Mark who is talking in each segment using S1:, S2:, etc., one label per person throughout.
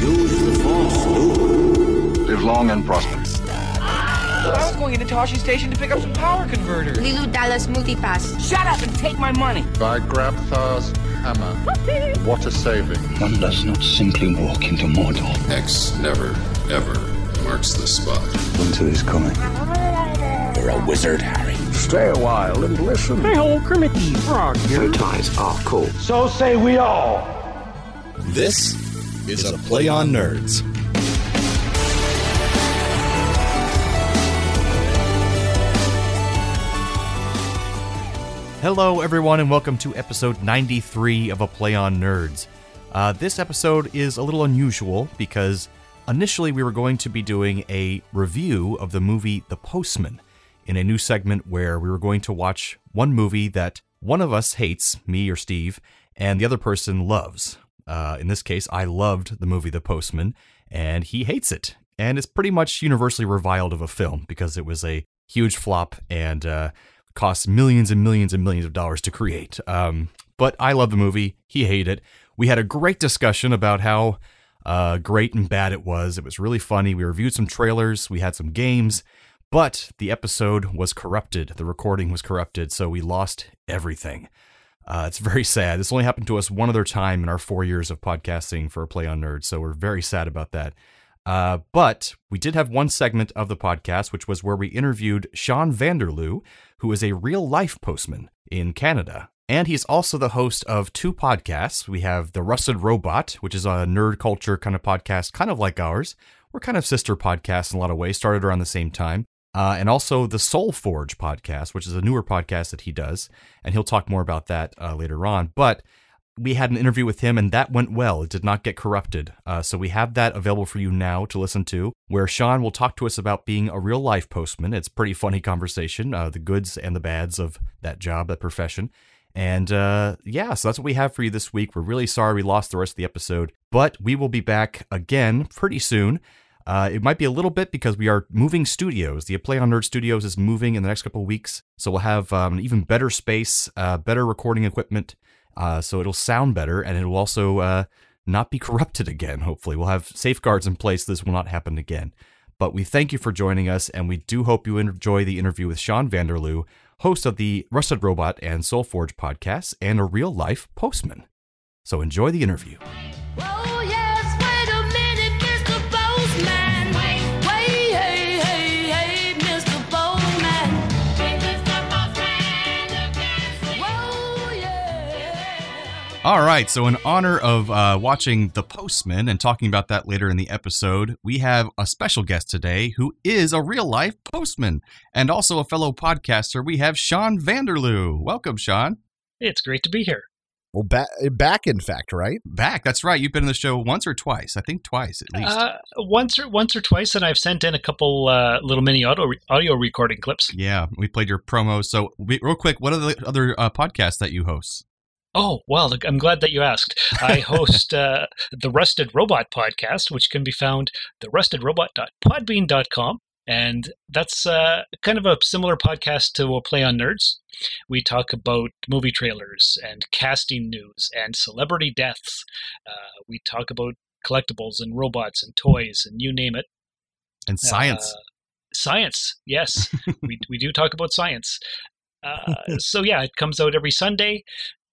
S1: Use the force, dude.
S2: Live long and prosper.
S3: I was going into Toshi Station to pick up some power converters.
S4: Lilu Dallas Multipass.
S3: Shut up and take my money.
S5: By Grabthar's hammer. what a saving.
S6: One does not simply walk into Mordor.
S7: X never, ever marks the spot.
S6: Winter is coming.
S8: You're a wizard, Harry.
S9: Stay a while and listen.
S10: Hey, old Kermit the Frog here.
S11: Your ties are cool.
S12: So say we all.
S13: This is, is a play on nerds.
S14: Hello, everyone, and welcome to episode 93 of A Play on Nerds. Uh, this episode is a little unusual because initially we were going to be doing a review of the movie The Postman in a new segment where we were going to watch one movie that one of us hates, me or Steve, and the other person loves. Uh, in this case, I loved the movie The Postman, and he hates it. And it's pretty much universally reviled of a film because it was a huge flop and. Uh, costs millions and millions and millions of dollars to create. Um, but I love the movie. He hated it. We had a great discussion about how uh, great and bad it was. It was really funny. We reviewed some trailers, we had some games, but the episode was corrupted. The recording was corrupted, so we lost everything. Uh, it's very sad. This only happened to us one other time in our four years of podcasting for Play on Nerd, so we're very sad about that. Uh, but we did have one segment of the podcast, which was where we interviewed Sean Vanderloo, who is a real life postman in Canada. And he's also the host of two podcasts. We have The Rusted Robot, which is a nerd culture kind of podcast, kind of like ours. We're kind of sister podcasts in a lot of ways, started around the same time. Uh, and also the Soul Forge podcast, which is a newer podcast that he does. And he'll talk more about that uh, later on. But we had an interview with him and that went well. It did not get corrupted. Uh, so we have that available for you now to listen to, where Sean will talk to us about being a real life postman. It's pretty funny conversation, uh, the goods and the bads of that job, that profession. And uh, yeah, so that's what we have for you this week. We're really sorry we lost the rest of the episode, but we will be back again pretty soon. Uh, it might be a little bit because we are moving studios. The Play on Nerd Studios is moving in the next couple weeks, so we'll have um, even better space, uh, better recording equipment, uh, so it'll sound better and it'll also uh, not be corrupted again. Hopefully, we'll have safeguards in place. This will not happen again. But we thank you for joining us, and we do hope you enjoy the interview with Sean Vanderloo, host of the Rusted Robot and Soul Forge podcasts, and a real life postman. So enjoy the interview.
S15: Oh, yeah.
S14: All right. So, in honor of uh, watching The Postman and talking about that later in the episode, we have a special guest today who is a real life postman and also a fellow podcaster. We have Sean Vanderloo. Welcome, Sean.
S16: It's great to be here.
S17: Well, ba- back, in fact, right?
S14: Back. That's right. You've been in the show once or twice. I think twice at least.
S16: Uh, once or once or twice, and I've sent in a couple uh, little mini audio, re- audio recording clips.
S14: Yeah, we played your promo. So, we, real quick, what are the other uh, podcasts that you host?
S16: Oh, well, I'm glad that you asked. I host uh, the Rusted Robot podcast, which can be found therustedrobot.podbean.com. And that's uh, kind of a similar podcast to We'll Play on Nerds. We talk about movie trailers and casting news and celebrity deaths. Uh, we talk about collectibles and robots and toys and you name it.
S14: And
S16: Uh,
S14: science.
S16: science, yes. we, we do talk about science. Uh, so, yeah, it comes out every Sunday.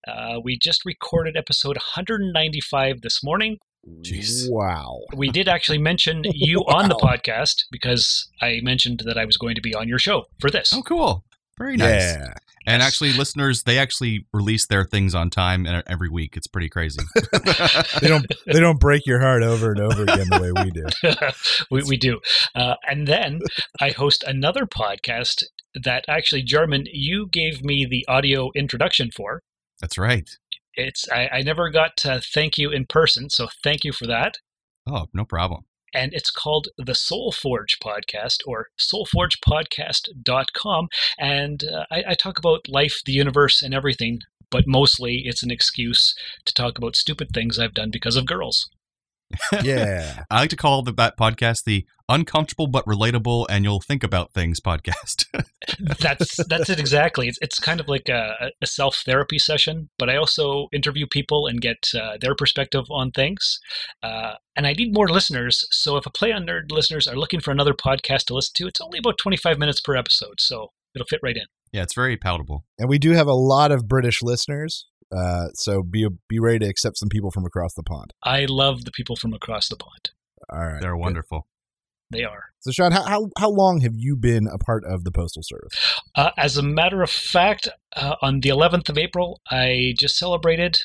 S16: Uh, we just recorded episode 195 this morning.
S14: Jeez.
S17: Wow.
S16: We did actually mention you wow. on the podcast because I mentioned that I was going to be on your show for this.
S14: Oh, cool. Very nice. Yeah. And yes. actually, listeners, they actually release their things on time and every week. It's pretty crazy.
S17: they don't they don't break your heart over and over again the way we do.
S16: we, we do. Uh, and then I host another podcast that actually, Jarman, you gave me the audio introduction for.
S14: That's right.
S16: It's I, I, never got to thank you in person, so thank you for that.
S14: Oh, no problem.
S16: And it's called the Soul Forge Podcast or soulforgepodcast.com. And uh, I, I talk about life, the universe, and everything, but mostly it's an excuse to talk about stupid things I've done because of girls.
S17: Yeah.
S14: I like to call the, that podcast the uncomfortable but relatable and you'll think about things podcast.
S16: that's that's it exactly. It's, it's kind of like a, a self therapy session, but I also interview people and get uh, their perspective on things. Uh, and I need more listeners. So if a Play on Nerd listeners are looking for another podcast to listen to, it's only about 25 minutes per episode. So it'll fit right in.
S14: Yeah, it's very palatable.
S17: And we do have a lot of British listeners. Uh, so be be ready to accept some people from across the pond.
S16: I love the people from across the pond.
S17: All right,
S14: they're wonderful.
S16: They are.
S17: So, Sean, how, how how long have you been a part of the Postal Service?
S16: Uh, as a matter of fact, uh, on the 11th of April, I just celebrated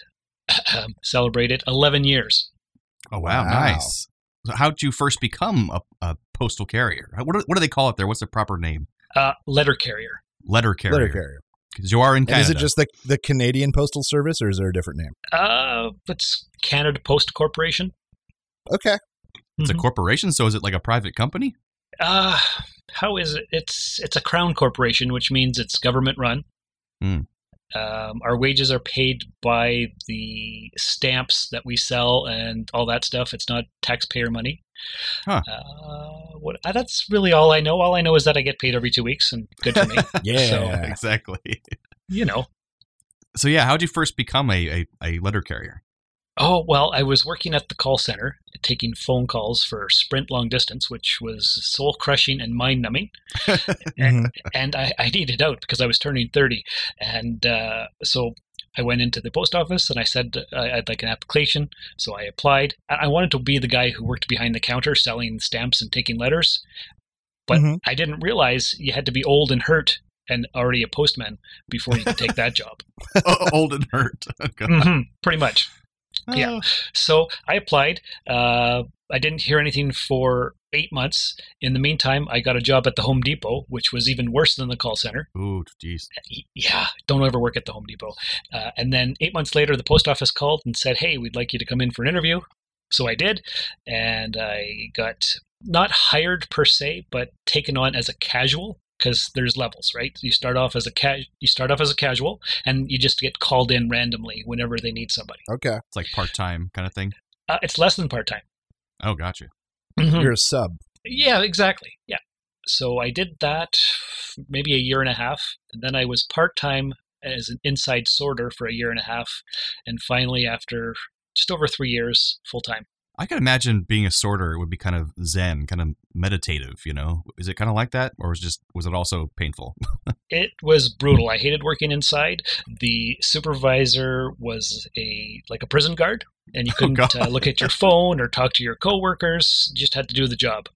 S16: celebrated 11 years.
S14: Oh wow, wow. nice! So how did you first become a, a postal carrier? What do, what do they call it there? What's the proper name?
S16: Uh, letter carrier.
S14: Letter carrier.
S17: Letter carrier
S14: because you are in Canada.
S17: And is it just the the Canadian Postal Service, or is there a different name?
S16: Uh, it's Canada Post Corporation.
S17: Okay,
S14: it's mm-hmm. a corporation. So is it like a private company?
S16: Uh how is it? It's it's a crown corporation, which means it's government run.
S14: Mm.
S16: Um, our wages are paid by the stamps that we sell and all that stuff. It's not taxpayer money.
S14: Huh.
S16: Uh, what, uh, that's really all I know. All I know is that I get paid every two weeks, and good for me.
S17: yeah,
S16: so,
S14: exactly.
S16: You know.
S14: So yeah, how did you first become a, a, a letter carrier?
S16: Oh well, I was working at the call center, taking phone calls for Sprint long distance, which was soul crushing and mind numbing,
S17: Mm-hmm.
S16: and, and I, I, needed out because I was turning thirty, and uh, so I went into the post office and I said I had like an application, so I applied. I wanted to be the guy who worked behind the counter selling stamps and taking letters, but mm-hmm. I didn't realize you had to be old and hurt and already a postman before you could take that job.
S14: old and hurt,
S17: Mm.
S16: mm-hmm, pretty much. Oh. Yeah. So I applied. Uh, I didn't hear anything for eight months. In the meantime, I got a job at the Home Depot, which was even worse than the call center.
S14: Ooh, jeez.
S16: Yeah, don't ever work at the Home Depot. Uh, and then eight months later, the post office called and said, "Hey, we'd like you to come in for an interview." So I did, and I got not hired per se, but taken on as a casual because there's levels, right? You start off as a ca- you start off as a casual, and you just get called in randomly whenever they need somebody.
S17: Okay,
S14: it's like part time kind of thing.
S16: Uh, it's less than part time.
S14: Oh, gotcha.
S17: Mm-hmm. You're a sub.
S16: Yeah, exactly. Yeah. So I did that maybe a year and a half, and then I was part time as an inside sorter for a year and a half, and finally after just over three years, full time.
S14: I could imagine being a sorter would be kind of zen, kind of meditative, you know. Is it kind of like that or was just was it also painful?
S16: it was brutal. I hated working inside. The supervisor was a like a prison guard and you couldn't oh, uh, look at your phone or talk to your coworkers, you just had to do the job.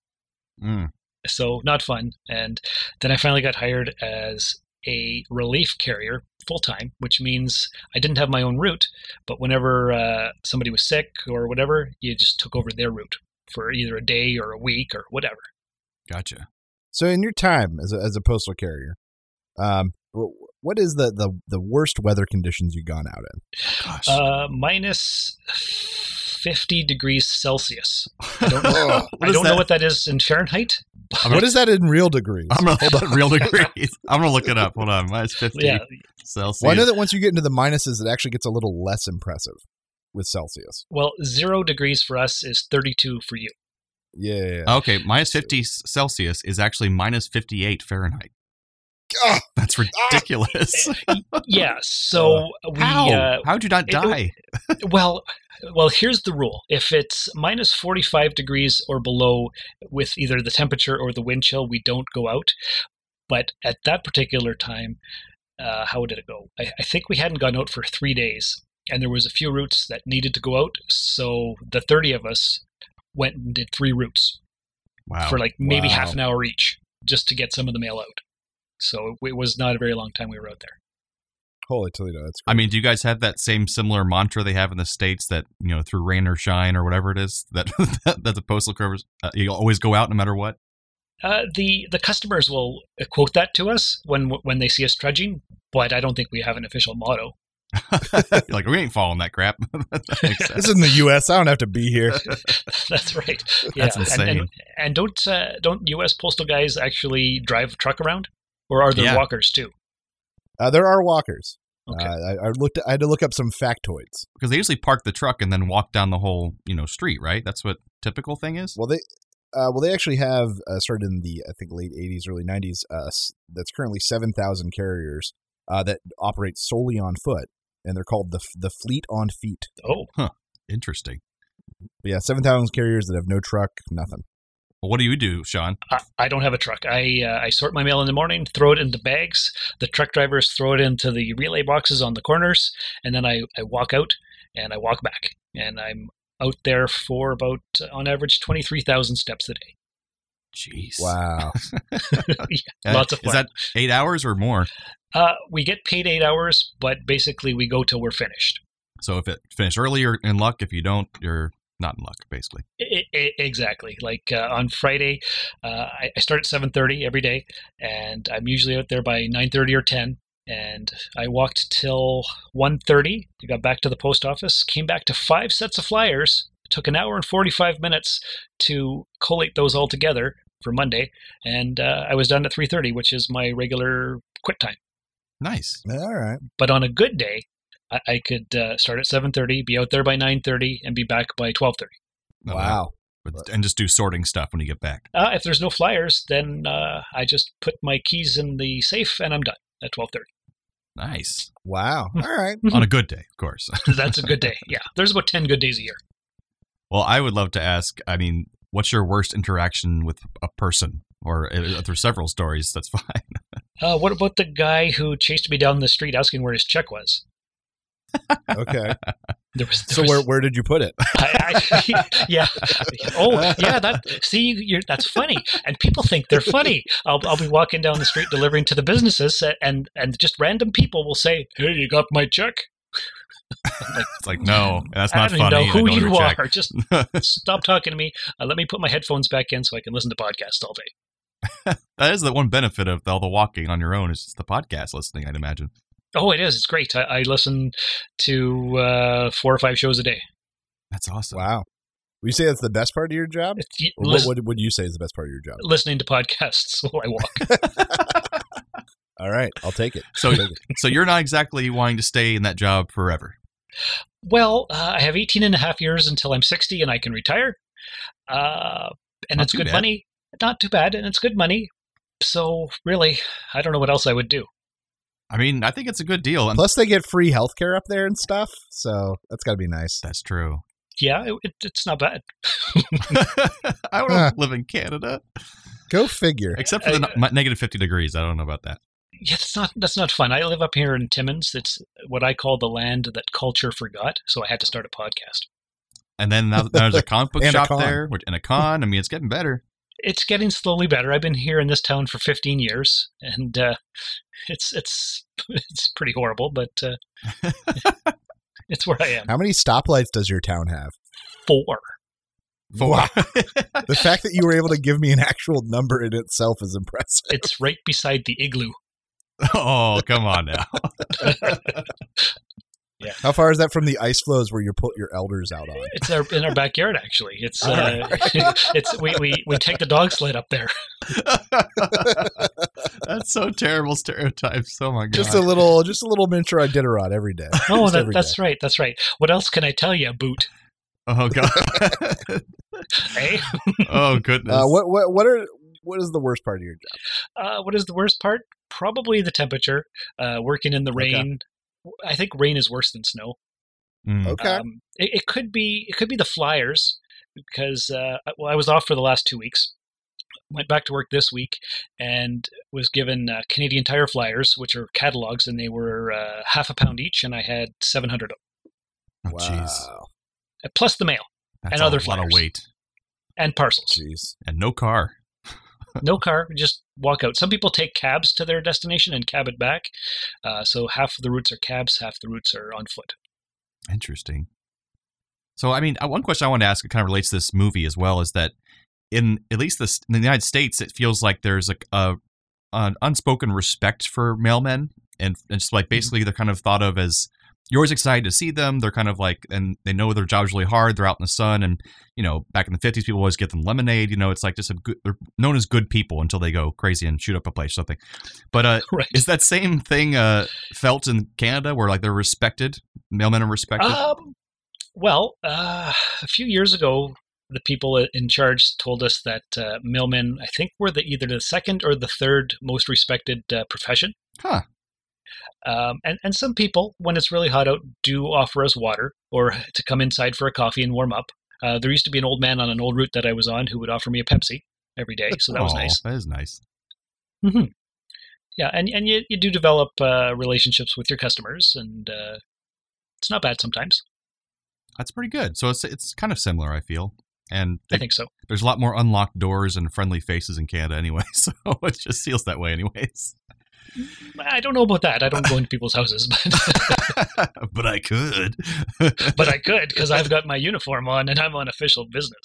S14: Mm.
S16: So not fun. And then I finally got hired as a relief carrier full time, which means I didn't have my own route. But whenever uh, somebody was sick or whatever, you just took over their route for either a day or a week or whatever.
S14: Gotcha.
S17: So, in your time as a, as a postal carrier, um, what is the, the, the worst weather conditions you've gone out in?
S16: Gosh. Uh, minus 50 degrees Celsius. I don't, know, I don't know, what that is in Fahrenheit.
S17: Gonna, what is that in real degrees?
S14: I'm gonna hold on real degrees. I'm gonna look it up. Hold on, minus 50 yeah. Celsius.
S17: Well, I know that once you get into the minuses, it actually gets a little less impressive with Celsius.
S16: Well, zero degrees for us is 32 for you.
S17: Yeah. yeah, yeah.
S14: Okay, minus 50 Celsius is actually minus 58 Fahrenheit. Oh, That's
S17: Ah.
S14: ridiculous.
S16: yeah. So we.
S14: How?
S16: Uh,
S14: How'd you not die?
S16: It, well, well. Here's the rule: if it's minus 45 degrees or below with either the temperature or the wind chill, we don't go out. But at that particular time, uh, how did it go? I, I think we hadn't gone out for three days, and there was a few routes that needed to go out. So the 30 of us went and did three routes.
S14: Wow.
S16: For like maybe
S14: wow.
S16: half an hour each, just to get some of the mail out. So it was not a very long time we were out there.
S17: Holy Toledo! That's
S14: great. I mean, do you guys have that same similar mantra they have in the states that you know through rain or shine or whatever it is that that the postal covers uh, you always go out no matter what?
S16: Uh, the the customers will quote that to us when when they see us trudging, but I don't think we have an official motto.
S14: like we ain't following that crap.
S17: that this isn't the U.S. I don't have to be here.
S16: That's right.
S14: Yeah. That's insane.
S16: And, and, and don't uh, don't U.S. postal guys actually drive a truck around? or are there yeah. walkers too?
S17: Uh, there are walkers. Okay. Uh, I, I, looked. I had to look up some factoids
S14: because they usually park the truck and then walk down the whole you know street, right? That's what typical thing is.
S17: Well, they. Uh, well, they actually have uh, started in the I think late '80s, early '90s. that's currently seven thousand carriers uh, that operate solely on foot, and they're called the the fleet on feet.
S14: Oh, huh. interesting.
S17: But yeah, seven thousand carriers that have no truck, nothing.
S14: Well, what do you do, Sean?
S16: I, I don't have a truck. I uh, I sort my mail in the morning, throw it into bags. The truck drivers throw it into the relay boxes on the corners, and then I, I walk out and I walk back, and I'm out there for about uh, on average twenty three thousand steps a day.
S14: Jeez!
S17: Wow,
S16: yeah, lots of fun.
S14: Is that eight hours or more?
S16: Uh, we get paid eight hours, but basically we go till we're finished.
S14: So if it finish early, you're in luck. If you don't, you're not in luck basically
S16: it, it, exactly like uh, on friday uh, I, I, start at 7.30 every day and i'm usually out there by 9.30 or 10 and i walked till 1.30 i got back to the post office came back to five sets of flyers it took an hour and 45 minutes to collate those all together for monday and uh, i was done at 3.30 which is my regular quit time
S14: nice
S17: all right
S16: but on a good day I, could uh, start at 7:30, be out there by 9:30, and be back by 12:30.
S17: Wow. wow.
S14: And just do sorting stuff when you get back.
S16: Uh, if there's no flyers, then uh, I just put my keys in the safe and I'm done at 12:30.
S14: Nice.
S17: Wow. All right.
S14: On a good day, of course.
S16: That's a good day. Yeah. There's about 10 good days a year.
S14: Well, I would love to ask. I mean, what's your worst interaction with a person? Or uh, through several stories, that's fine.
S16: Uh, what about the guy who chased me down the street asking where his check was?
S17: okay.
S16: There was, there
S17: so
S16: was,
S17: where where did you put it?
S16: I, I, yeah. Oh yeah. That see, that's funny, and people think they're funny. I'll, I'll be walking down the street delivering to the businesses, and and just random people will say, "Hey, you got my check."
S14: Like, it's like no, that's not
S16: I
S14: funny.
S16: Know who you are. Check. Just stop talking to me. Uh, let me put my headphones back in so I can listen to podcasts all
S14: day. that is the one benefit of all the walking on your own is just the podcast listening. I'd imagine.
S16: Oh, it is. It's great. I, I listen to uh, four or five shows a day.
S14: That's awesome.
S17: Wow. Would you say that's the best part of your job?
S16: Listen,
S17: what, what would you say is the best part of your job?
S16: Listening to podcasts while I walk.
S17: All right, I'll take it.
S14: So,
S17: take it.
S14: so you're not exactly wanting to stay in that job forever.
S16: Well, uh, I have 18 and a half years until I'm 60 and I can retire. Uh, and not it's good bad. money. Not too bad. And it's good money. So, really, I don't know what else I would do.
S14: I mean, I think it's a good deal. And
S17: Plus, they get free healthcare up there and stuff, so that's got to be nice.
S14: That's true.
S16: Yeah, it, it's not bad.
S14: I would uh, live in Canada.
S17: Go figure.
S14: Except for the uh, negative fifty degrees, I don't know about that.
S16: Yeah, that's not that's not fun. I live up here in Timmins. It's what I call the land that culture forgot. So I had to start a podcast.
S14: And then now, now there's a comic book shop there, which, and a con. I mean, it's getting better
S16: it's getting slowly better. I've been here in this town for 15 years, and uh, it's it's it's pretty horrible, but uh, it's where I am.
S17: How many stoplights does your town have?
S16: Four.
S17: Four. Wow. the fact that you were able to give me an actual number in itself is impressive.
S16: It's right beside the igloo.
S14: Oh, come on now.
S16: Yeah.
S17: How far is that from the ice floes where you put your elders out on?
S16: It's our, in our backyard, actually. It's uh, it's we, we we take the dog sled up there.
S14: that's so terrible stereotypes. Oh my god!
S17: Just a little, just a little miniature Iditarod every day.
S16: Oh, that,
S17: every
S16: that's day. right. That's right. What else can I tell you, Boot?
S14: Oh god.
S16: hey.
S14: oh goodness. Uh,
S17: what what what are what is the worst part of your
S16: job? Uh, what is the worst part? Probably the temperature. uh, working in the rain. Okay. I think rain is worse than snow.
S14: Hmm,
S17: Mm. Okay.
S16: Um, it, it, could be it could be the Flyers because uh, well I was off for the last two weeks. Went back to work this week and was given uh, Canadian Tire Flyers, which are catalogs, and they were uh, half a pound each, and I had seven hundred
S14: of them.
S17: wow.
S16: Plus the mail
S14: That's
S16: and other
S14: flyers. lot of weight
S16: and parcels.
S17: Jeez.
S14: And no car.
S16: no car, just walk out. Some people take cabs to their destination and cab it back. Uh, so half of the routes are cabs, half the routes are on foot.
S14: Interesting. So, I mean, uh, one question I want to ask, it kind of relates to this movie as well, is that in at least this, in the United States, it feels like there's a, a an unspoken respect for mailmen, and, and just like basically mm-hmm. they're kind of thought of as you're always excited to see them. They're kind of like, and they know their job's really hard. They're out in the sun, and you know, back in the '50s, people always get them lemonade. You know, it's like just a good. They're known as good people until they go crazy and shoot up a place or something. But uh,
S16: Right.
S14: is that same thing uh, felt in Canada, where like they're respected? Mailmen are respected.
S16: Um, well, uh, a few years ago, the people in charge told us that uh, mailmen, I think, were the either the second or the third most respected uh, profession.
S14: Huh.
S16: Um, and and some people, when it's really hot out, do offer us water or to come inside for a coffee and warm up. Uh, there used to be an old man on an old route that I was on who would offer me a Pepsi every day, so that was
S14: Aw,
S16: nice.
S14: That is nice.
S16: hmm Yeah, and and you you do develop uh, relationships with your customers, and uh, it's not bad sometimes.
S14: That's pretty good. So it's it's kind of similar, I feel. And
S16: I
S14: they-
S16: think so.
S14: there's a lot more unlocked doors and friendly faces in Canada anyway, so it just feels that way anyways.
S16: I don't know about that. I don't go into people's houses, but
S14: but I could.
S16: but I could because I've got my uniform on and I'm on official business.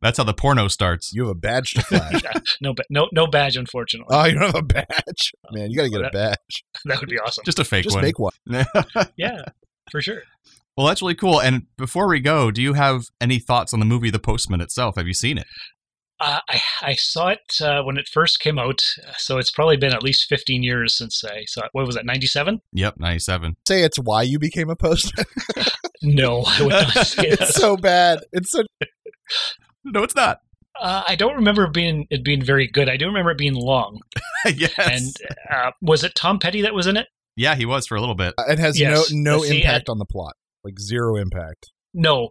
S14: That's how the porno starts.
S17: You have a badge to flash.
S16: No, ba- no, no badge, unfortunately.
S14: Ah.
S17: oh, you don't have a badge, man. You got to get a badge.
S16: that would be awesome.
S14: Just a fake
S17: Just
S14: one.
S17: make one.
S16: Yeah, for sure.
S14: well, that's really cool. And before we go, do you have any thoughts on the movie The Postman itself? Have you seen it?
S16: Uh, I I saw it uh, when it first came out, so it's probably been at least 15 years since I saw it. What was that? 97?
S14: Yep, 97.
S17: Say it's why you became a postman.
S16: No, I would not say that.
S17: it's so bad. It's so
S14: No, it's not.
S16: Uh, I don't remember being it being very good. I do remember it being long.
S14: yes.
S16: And uh, was it Tom Petty that was in it?
S14: yeah, he was for a little bit.
S17: it has
S16: Yes.
S17: no no
S16: Let's see,
S17: impact on the plot. Like zero impact.
S16: No.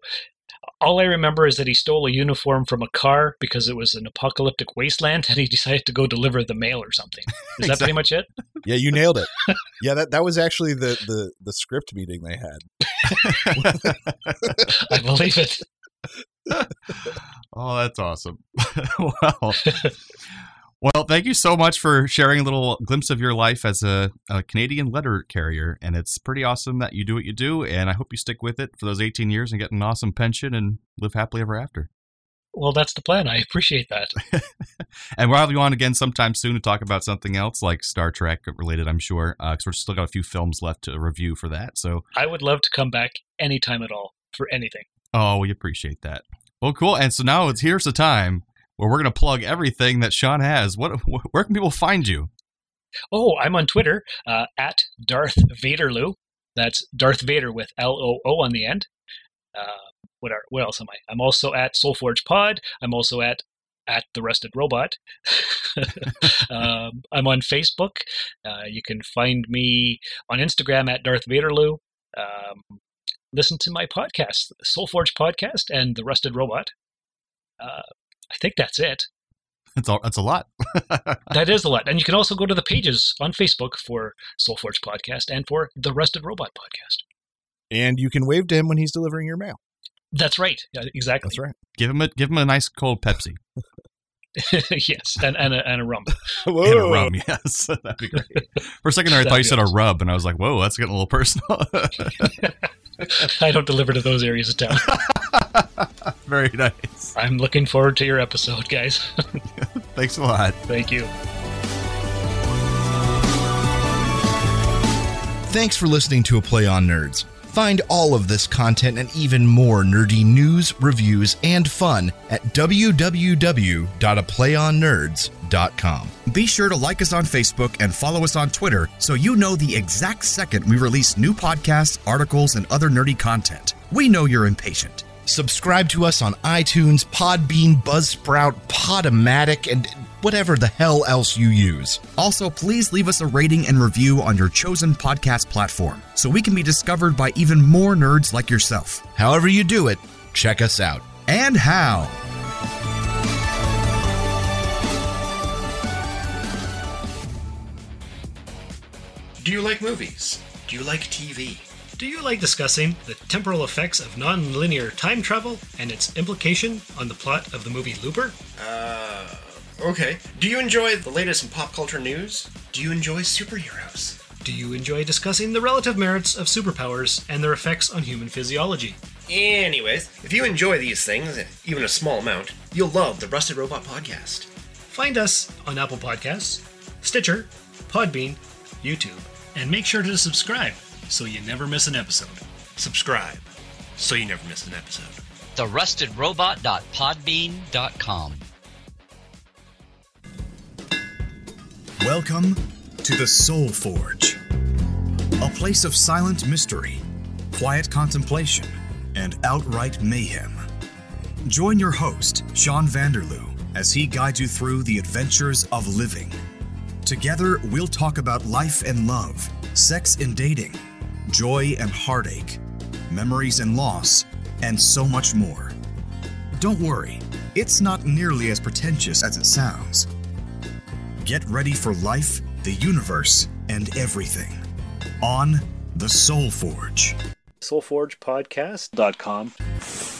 S16: All I remember is that he stole a uniform from a car because it was an apocalyptic wasteland and he decided to go deliver the mail or something. Is that
S14: Exactly.
S16: pretty much it?
S17: Yeah, you nailed it. Yeah, that that was actually the the the script meeting they had.
S16: I believe it.
S14: Oh, that's awesome. well, well, thank you so much for sharing a little glimpse of your life as a, a Canadian letter carrier. And it's pretty awesome that you do what you do. And I hope you stick with it for those 18 years and get an awesome pension and live happily ever after.
S16: Well, that's the plan. I appreciate that.
S14: And we'll have you on again sometime soon to talk about something else like Star Trek related, I'm sure, because we're still got a few films left to review for that. So,
S16: I would love to come back anytime at all for anything.
S14: oh, we appreciate that. Well, cool. And so now it's here's the time where we're going to plug everything that Sean has. What, where can people find you?
S16: Oh, I'm on Twitter uh, at Darth Vaderloo. That's Darth Vader with L O O on the end. Uh, what are what else am I? I'm also at Soulforge Pod. I'm also at at the Rusted Robot. um, I'm on Facebook. Uh, you can find me on Instagram at Darth Vaderloo. Um, listen to my podcast, Soulforge Podcast, and the Rusted Robot. Uh, I think that's it.
S14: That's, all, that's a lot.
S16: That is a lot. And you can also go to the pages on Facebook for Soulforge Podcast and for the Rusted Robot Podcast.
S17: And you can wave to him when he's delivering your mail.
S16: That's right. Yeah, Exactly.
S17: That's right.
S14: Give him a give him a nice cold Pepsi
S16: yes. And, and, a, and a rum.
S14: and a rum. Yes, that'd be great. For a second there, I
S16: That'd
S14: thought you
S16: be
S14: said a
S16: awesome.
S14: rub, and I was like, "Whoa, that's getting a little personal."
S16: I don't deliver to those areas of town.
S14: Very nice.
S16: I'm looking forward to your episode, guys.
S14: Thanks a lot.
S16: Thank you.
S13: Thanks for listening to A Play on Nerds. Find all of this content and even more nerdy news, reviews, and fun at www.aplayonnerds.com.
S2: Be sure to like us on Facebook and follow us on Twitter so you know the exact second we release new podcasts, articles, and other nerdy content. We know you're impatient.
S13: Subscribe to us on iTunes, Podbean, Buzzsprout, Podomatic, and whatever the hell else you use.
S2: Also, please leave us a rating and review on your chosen podcast platform so we can be discovered by even more nerds like yourself.
S13: However you do it, check us out.
S2: And how?
S4: Do you like movies? Do you like TV?
S11: Do you like discussing the temporal effects of nonlinear time travel and its implication on the plot of the movie Looper?
S4: Uh, okay. Do you enjoy the latest in pop culture news? Do you enjoy superheroes?
S11: Do you enjoy discussing the relative merits of superpowers and their effects on human physiology?
S4: Anyways, if you enjoy these things, even a small amount, you'll love the Rusted Robot Podcast.
S11: Find us on Apple Podcasts, Stitcher, Podbean, YouTube, and make sure to subscribe. so you never miss an episode. Subscribe so you never miss an episode.
S12: therustedrobot.podbean.com.
S2: Welcome to the Soul Forge, a place of silent mystery, quiet contemplation, and outright mayhem. Join your host, Sean Vanderloo, as he guides you through the adventures of living. Together, we'll talk about life and love, sex and dating, joy and heartache, memories and loss, and so much more. Don't worry, it's not nearly as pretentious as it sounds. Get ready for life, the universe, and everything on The Soul Forge.
S16: soulforgepodcast.com.